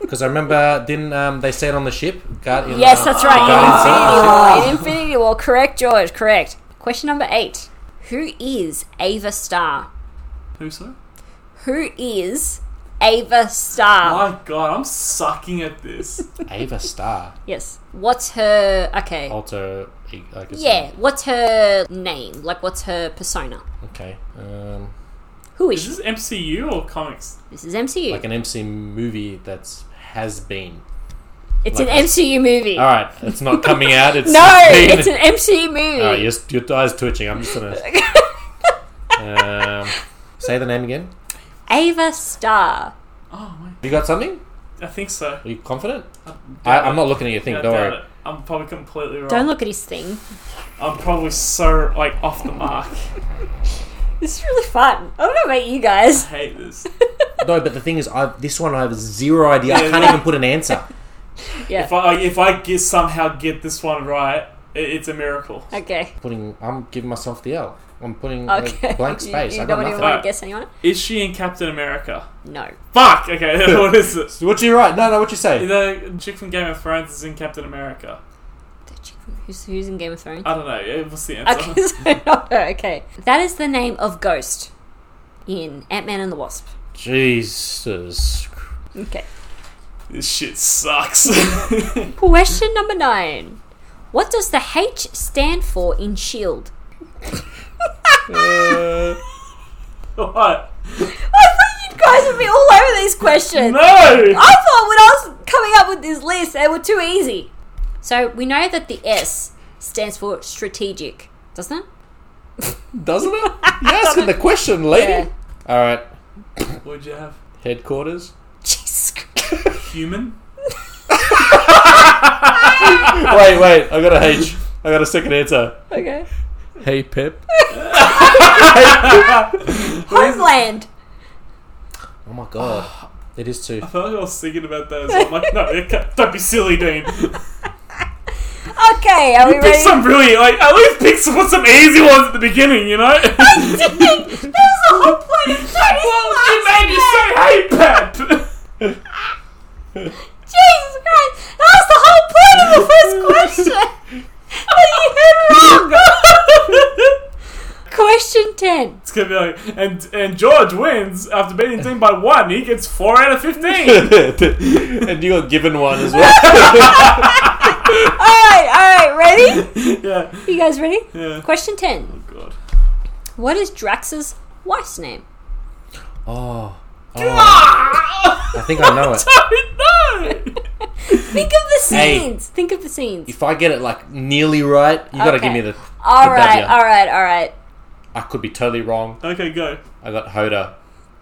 S2: because I remember didn't um, they say it on the ship? Guard- in,
S1: Yes,
S2: uh,
S1: that's right.
S2: Ah.
S1: In Infinity War. In Infinity War. Correct, George. Correct. Question number eight. Who is Ava Star?
S3: Who, so?
S1: Who is Ava
S2: Ah.
S1: Star?
S3: My god, I'm sucking at this.
S2: Ava Star,
S1: Yes. What's her? Okay.
S2: alter, e- like it's-
S1: Yeah. What's her name? Like, what's her persona?
S2: Okay, um,
S1: Who is she?
S3: Is this MCU or comics?
S1: This is MCU.
S2: like an MC movie that's has been.
S1: it's
S2: like
S1: an
S2: a-
S1: MCU movie.
S2: All right, it's not coming out. It's
S1: No,
S2: been-
S1: it's an MCU movie.
S2: Oh, your, your eyes twitching. I'm just gonna. um, say the name again.
S1: Ava Star.
S3: Oh, wait.
S2: You got something?
S3: I think so.
S2: Are you confident? I,
S3: doubt
S2: I'm
S3: it.
S2: not looking at your thing.
S3: I
S2: don't
S3: doubt
S2: worry.
S3: it. I'm probably completely wrong.
S1: Don't look at his thing.
S3: I'm probably so like off the mark.
S1: This is really fun. I don't know about you guys.
S3: I hate this.
S2: No, but the thing is, I this one I have zero idea. I
S3: Yeah,
S2: can't
S3: yeah.
S2: even put an answer.
S1: Yeah.
S3: If I if I get somehow get this one right, i it's a miracle.
S1: Okay.
S2: Putting, I'm giving myself the L. I'm putting
S1: Okay.
S2: a blank
S1: You-
S2: space.
S1: You,
S2: I got
S1: don't even
S2: nothing.
S1: want to
S3: Alright.
S1: guess anyone?
S3: Is she in Captain America?
S1: No.
S3: Fuck. Okay, what is it?
S2: So what you write? No, no. What you say?
S3: The chick from Game of Thrones is in Captain America.
S1: The chick from- Who's, who's in Game of
S2: Uh,
S1: Thrones?
S3: I don't know. eh, What's the answer?
S1: Okay, so not her. Okay. That is the name of Ghost in Ant Man and the Wasp.
S2: Jesus. Christ.
S1: Okay.
S3: This shit sucks.
S1: Question number nine. What does the H stand for in Shield?
S3: what?
S1: I thought you guys would be all over these questions.
S3: No.
S1: I thought when I was coming up with this list, they were too easy. So we know that the S stands for strategic, doesn't it?
S2: Doesn't it? You're asking the question,
S1: Yeah.
S2: lady. All right.
S3: What'd you have?
S2: Headquarters.
S1: Jesus Christ.
S2: wait,
S3: Human?
S2: wait. I got a H. I got a second answer.
S1: Okay.
S2: Hey, Pip.
S1: Homeland.
S2: Oh my god. It is too.
S3: I felt like I was thinking about that as well. I'm like, no, it can't- don't be silly, Dean.
S1: Okay, are we
S3: Pick
S1: ready?
S3: some really, like, at least pick some, put some easy ones at the beginning, you know?
S1: There's a whole point of
S3: well, you made me say, hey, Pep!
S1: Jesus Christ! That was the whole point of the first question! But you had it wrong! question 10.
S3: It's gonna be like, and and George wins after beating Dean by one. He gets four out of fifteen.
S2: and you got given one as well.
S1: Alright, alright, ready?
S3: yeah,
S1: You guys ready?
S3: yeah. Oh,
S1: Question 10.
S3: God.
S1: What is Drax's wife's name?
S2: Oh. oh. I think I know it.
S3: I know.
S1: Think of the
S2: Hey.
S1: scenes! Think of the scenes.
S2: If I get it like nearly right, you gotta give me the.
S1: Alright,
S2: W.
S1: alright, alright.
S2: I could be totally wrong.
S3: Okay, go.
S2: I got Hoda.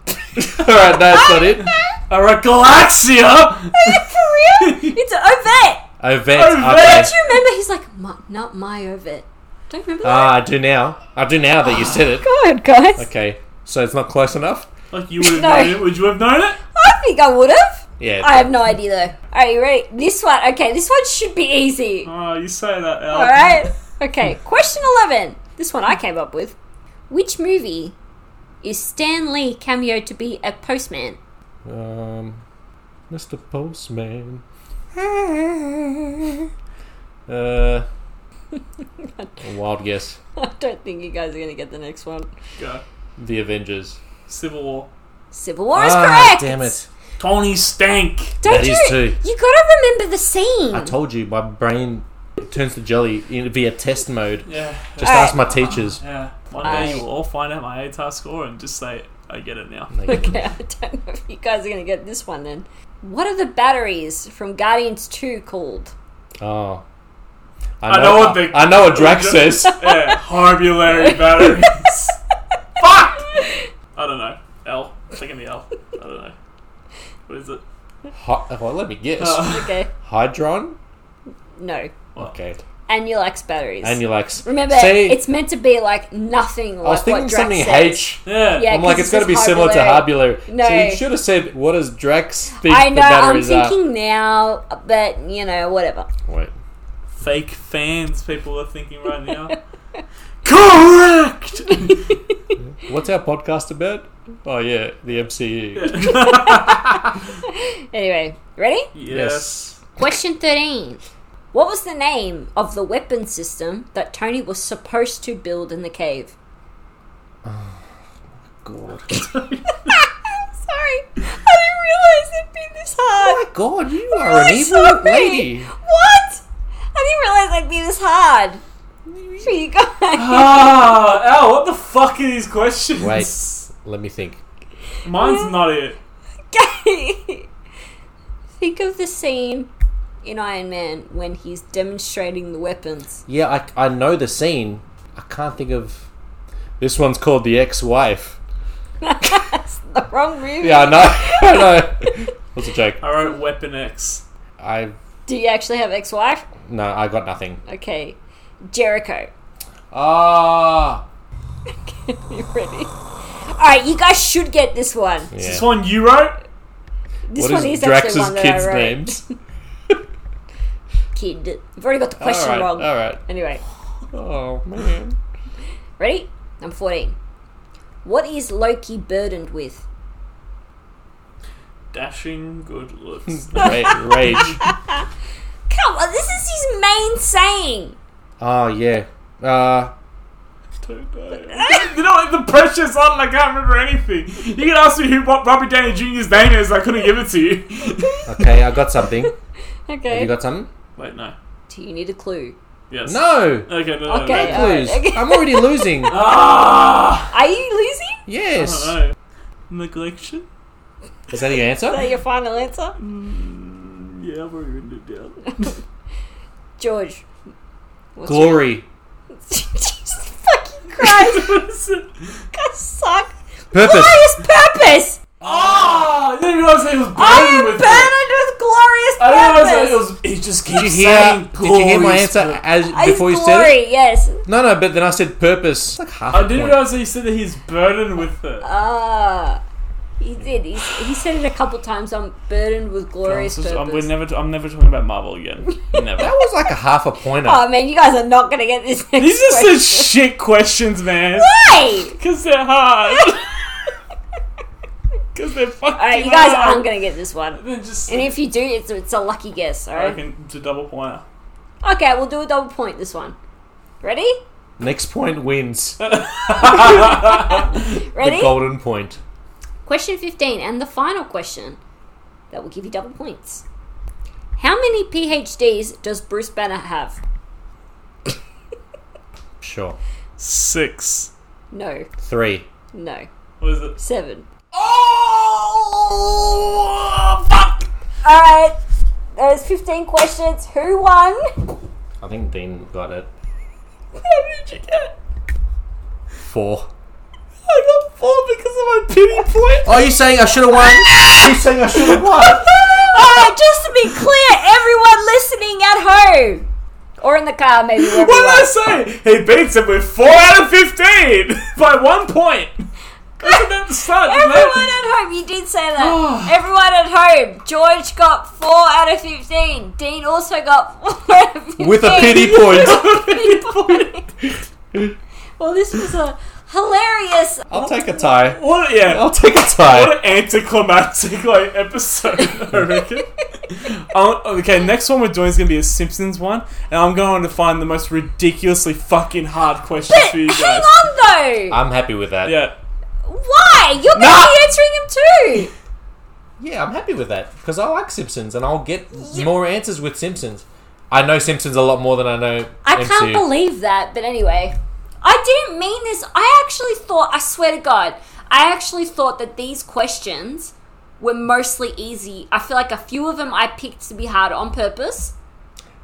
S2: Alright, no, it's not it.
S3: All right, Galaxia.
S1: Are you for real? It's Ovette!
S2: Ovette.
S3: Ovette!
S2: okay.
S1: Don't you remember? He's like, "My- not my Ovette. Don't you remember that?
S2: Ah, I do now. I do now that you said it.
S1: Oh, God, guys.
S2: Okay, so it's not close enough?
S3: Like you would have
S1: No.
S3: known it. Would you have known it?
S1: I think I would have.
S2: Yeah.
S1: I have no idea though. Are you ready? This one, okay, this one should be easy.
S3: Oh, you say that. Al.
S1: Alright? Okay, question 11. This one I came up with. Which movie is Stan Lee cameo to be a postman?
S2: Um, Mr. Postman. Uh, a wild guess.
S1: I don't think you guys are going to get the next one.
S3: Go.
S2: The Avengers.
S3: Civil War.
S1: Civil War is
S2: Ah,
S1: correct!
S2: Damn it.
S3: Tony Stank.
S1: Don't
S2: That
S1: you? Hmm.
S2: is two.
S1: You gotta remember the scene.
S2: I told you, my brain turns to jelly in, via test mode.
S3: Yeah.
S2: Just
S1: Alright.
S2: ask my teachers.
S3: yeah. One
S1: I-
S3: day you will all find out my ATAR score and just say, I get it now.
S1: okay, I don't know if you guys are gonna get this one then. What are the batteries from Guardians 2 called?
S2: Oh.
S3: I know what they-
S2: I know what Drax says.
S3: yeah. Harbulary batteries. Fuck! I don't know. L. I'm taking the L. I don't know. What is it?
S2: Hy- well, let me guess.
S3: Uh,
S1: Okay,
S2: Hydron?
S1: no.
S2: Okay.
S1: Anulax batteries.
S2: Anulax.
S1: Remember,
S2: See,
S1: it's meant to be like nothing like
S2: I was thinking
S1: what Drax
S2: something
S1: says.
S2: H.
S3: yeah.
S1: Yeah,
S2: I'm like,
S1: 'cause
S2: it's got to
S1: it
S2: be
S1: says
S2: similar to
S1: harbulary.
S2: Harbulary.
S1: No.
S2: So you should have said, what does Drax think
S1: I
S2: the
S1: know, I'm
S2: batteries
S1: thinking now, but you know, whatever.
S2: are? Wait.
S3: Fake fans, people are thinking right now. Correct!
S2: What's our podcast about? Oh, yeah, the E. MCU.
S1: Anyway, ready?
S3: Yes.
S1: Question 13. What was the name of the weapon system that Tony was supposed to build in the cave?
S2: God.
S1: Sorry, I didn't realize it'd be this hard.
S2: God, you are an
S1: I'm
S2: evil
S1: sorry.
S2: lady.
S1: What? I didn't realize I'd be this hard. For you guys.
S3: Ah, Al, what the fuck are these questions?
S2: Wait. Let me think.
S3: Mine's not it.
S1: Okay. Think of the scene in Iron Man when he's demonstrating the weapons.
S2: Yeah, I, I know the scene. I can't think of. This one's called The Ex Wife.
S1: That's the wrong movie.
S2: Yeah, I know. I know. What's a joke?
S3: I wrote Weapon X.
S2: I.
S1: Do you actually have ex wife?
S2: No, I got nothing.
S1: Okay. Jericho.
S2: Ah!
S1: You ready? Alright, you guys should get this one.
S2: Yeah.
S3: This one you wrote?
S1: This
S2: what
S1: one
S2: is
S1: is
S2: Drax's
S1: actually one that
S2: kids'
S1: I wrote.
S2: names?
S1: Kid. You've already got the question
S2: all right,
S1: wrong.
S2: All right.
S1: Anyway.
S2: Oh man.
S1: Ready? Number 14. What is Loki burdened with?
S3: Dashing good looks.
S2: Ra- rage.
S1: Come on, this is his main saying.
S2: Oh yeah. Uh,
S3: Too bad. you know what? The pressure's on. I can't remember anything. You can ask me who what Robert Downey Jr.'s name is. I couldn't give it to you.
S2: okay, I got something. Have
S1: Okay.
S2: you got something?
S3: Wait, no.
S1: Do you need a clue?
S3: Yes.
S2: No.
S3: Okay. No. no,
S1: Okay.
S3: No.
S1: all right,
S2: Lose.
S1: okay.
S2: I'm already losing.
S3: Ah.
S1: Are you losing?
S2: Yes.
S3: I don't know. Neglection.
S2: Is that your answer?
S1: Is that your final answer?
S3: Yeah, I've already written it down.
S1: George, What's
S2: Glory.
S1: your- Jesus fucking Christ. I suck.
S2: Purpose.
S1: Glorious purpose.
S3: oh, I didn't realize he was burning
S1: I am
S3: with
S1: burned
S3: it.
S1: with glorious
S3: I didn't realize
S1: purpose.
S3: it was. He just keeps
S2: Did you
S3: saying
S2: hear? Did you hear my
S3: glorious
S2: answer
S3: purpose.
S2: as
S1: It's
S2: before you
S1: glory,
S2: said it?
S1: yes.
S2: No, no. But then I said purpose. It's like half.
S3: I
S2: a
S3: didn't
S2: point.
S3: realize that he said that he's burdened with it.
S2: Uh,
S1: Ah, he did. He, he said it a couple times. I'm burdened with glorious
S3: This is- I'm, we're
S1: purpose.
S3: never, I'm never talking about Marvel again. Never.
S2: That was like a half a pointer.
S1: Oh man, you guys are not gonna get this. Next
S3: These are
S1: question.
S3: such shit questions, man.
S1: Hey!
S3: Because they're hard. Because they're fucking
S1: All right, you guys
S3: hard.
S1: aren't gonna get this one.
S3: They're just.
S1: And if you do, it's it's a lucky guess. All
S3: I
S1: right.
S3: reckon it's a double pointer.
S1: Okay, we'll do a double point this one. Ready?
S2: Next point wins. The
S1: Ready?
S2: golden point.
S1: Question 15 and the final question that will give you double points. How many PhDs does Bruce Banner have?
S2: Sure.
S3: Six.
S1: No,
S2: Three.
S1: no,
S3: What is it?
S1: seven.
S3: Oh! Fuck!
S1: All right, there's 15 questions. Who won?
S2: I think Dean got it.
S3: How did you get?
S2: Four.
S3: I got four because of my pity point.
S2: Are you saying I should have won? Are you saying I should have won?
S1: All right, just to be clear, everyone listening at home or in the car, maybe. wherever you are.
S3: What did I say? He beats him with four out of fifteen by one point. Isn't that the start? isn't
S1: Everyone
S3: that-
S1: at home, you did say that. Everyone at home, George got 4 out of 15. Dean also got 4 out of 15.
S2: With a pity point.
S1: Well, this was a hilarious.
S2: I'll take a tie.
S3: What? a- Yeah.
S2: I'll take a tie.
S3: What an anticlimactic like episode. I reckon. Um, okay, next one we're doing is gonna be a Simpsons one, and I'm going to find the most ridiculously fucking hard questions
S1: But
S3: for you
S1: hang
S3: guys.
S1: on, though.
S2: I'm happy with that.
S3: Yeah.
S1: Why? You're going to
S2: No.
S1: be answering them too.
S2: Yeah, I'm happy with that because I like Simpsons and I'll get more answers with Simpsons. I know Simpsons a lot more than I know
S1: I
S2: MCU.
S1: can't believe that, but anyway. I didn't mean this. I actually thought, I swear to God, I actually thought that these questions were mostly easy. I feel like a few of them I picked to be hard on purpose.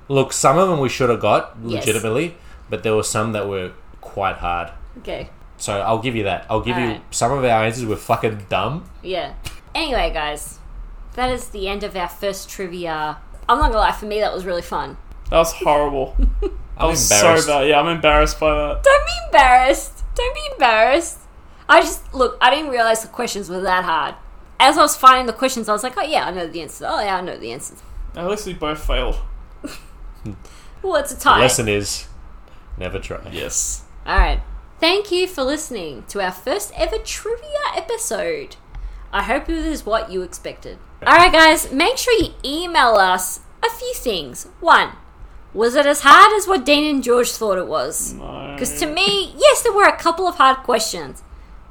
S2: Look, some of them we should have got
S1: Yes.
S2: legitimately, but there were some that were quite hard.
S1: Okay.
S2: So I'll give you that. I'll give you
S1: Alright.
S2: some of our answers were fucking dumb.
S1: Yeah. Anyway, guys, that is the end of our first trivia. I'm not gonna lie, for me that was really fun.
S3: That was horrible.
S2: I'm
S3: I'm so
S2: embarrassed.
S3: bad. Yeah, I'm embarrassed by that.
S1: Don't be embarrassed. Don't be embarrassed. I just look. I didn't realize the questions were that hard. As I was finding the questions, I was like, oh yeah, I know the answers. Oh yeah, I know the answers.
S3: At least we both failed.
S1: Well, it's a
S2: The
S1: tie.
S2: lesson is never try.
S3: Yes.
S1: All right. Thank you for listening to our first ever trivia episode. I hope it is what you expected. All right, guys, make sure you email us a few things. One, was it as hard as what Dean and George thought it was?
S3: No.
S1: Because to me, yes, there were a couple of hard questions,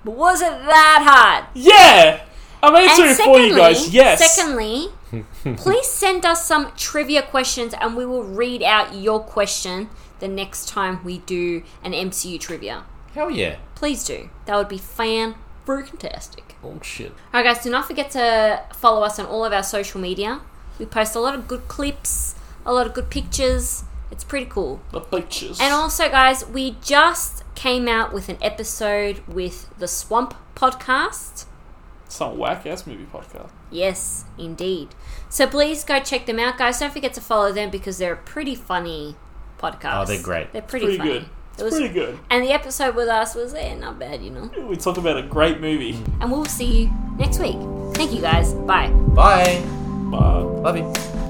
S1: but was it that hard?
S3: Yeah! I'm answering
S1: And
S3: for you guys. Yes.
S1: Secondly, please send us some trivia questions and we will read out your question the next time we do an MCU trivia.
S2: Hell yeah.
S1: Please do. That would be fan fantastic.
S2: Oh shit.
S1: Alright guys, do not forget to follow us on all of our social media. We post a lot of good clips, a lot of good pictures. It's pretty cool.
S3: the pictures.
S1: And also guys, we just came out with an episode with the Swamp podcast.
S3: Some whack ass movie podcast.
S1: Yes, indeed. So please go check them out, guys. Don't forget to follow them because they're a pretty funny podcast.
S2: Oh, they're great.
S1: They're pretty,
S3: Pretty,
S1: funny.
S3: good.
S1: It was,
S3: Pretty good.
S1: And the episode with us was eh, not bad, you know.
S3: We talk about a great movie.
S1: And we'll see you next week. Thank you guys. Bye.
S2: Bye.
S3: But
S2: Love you.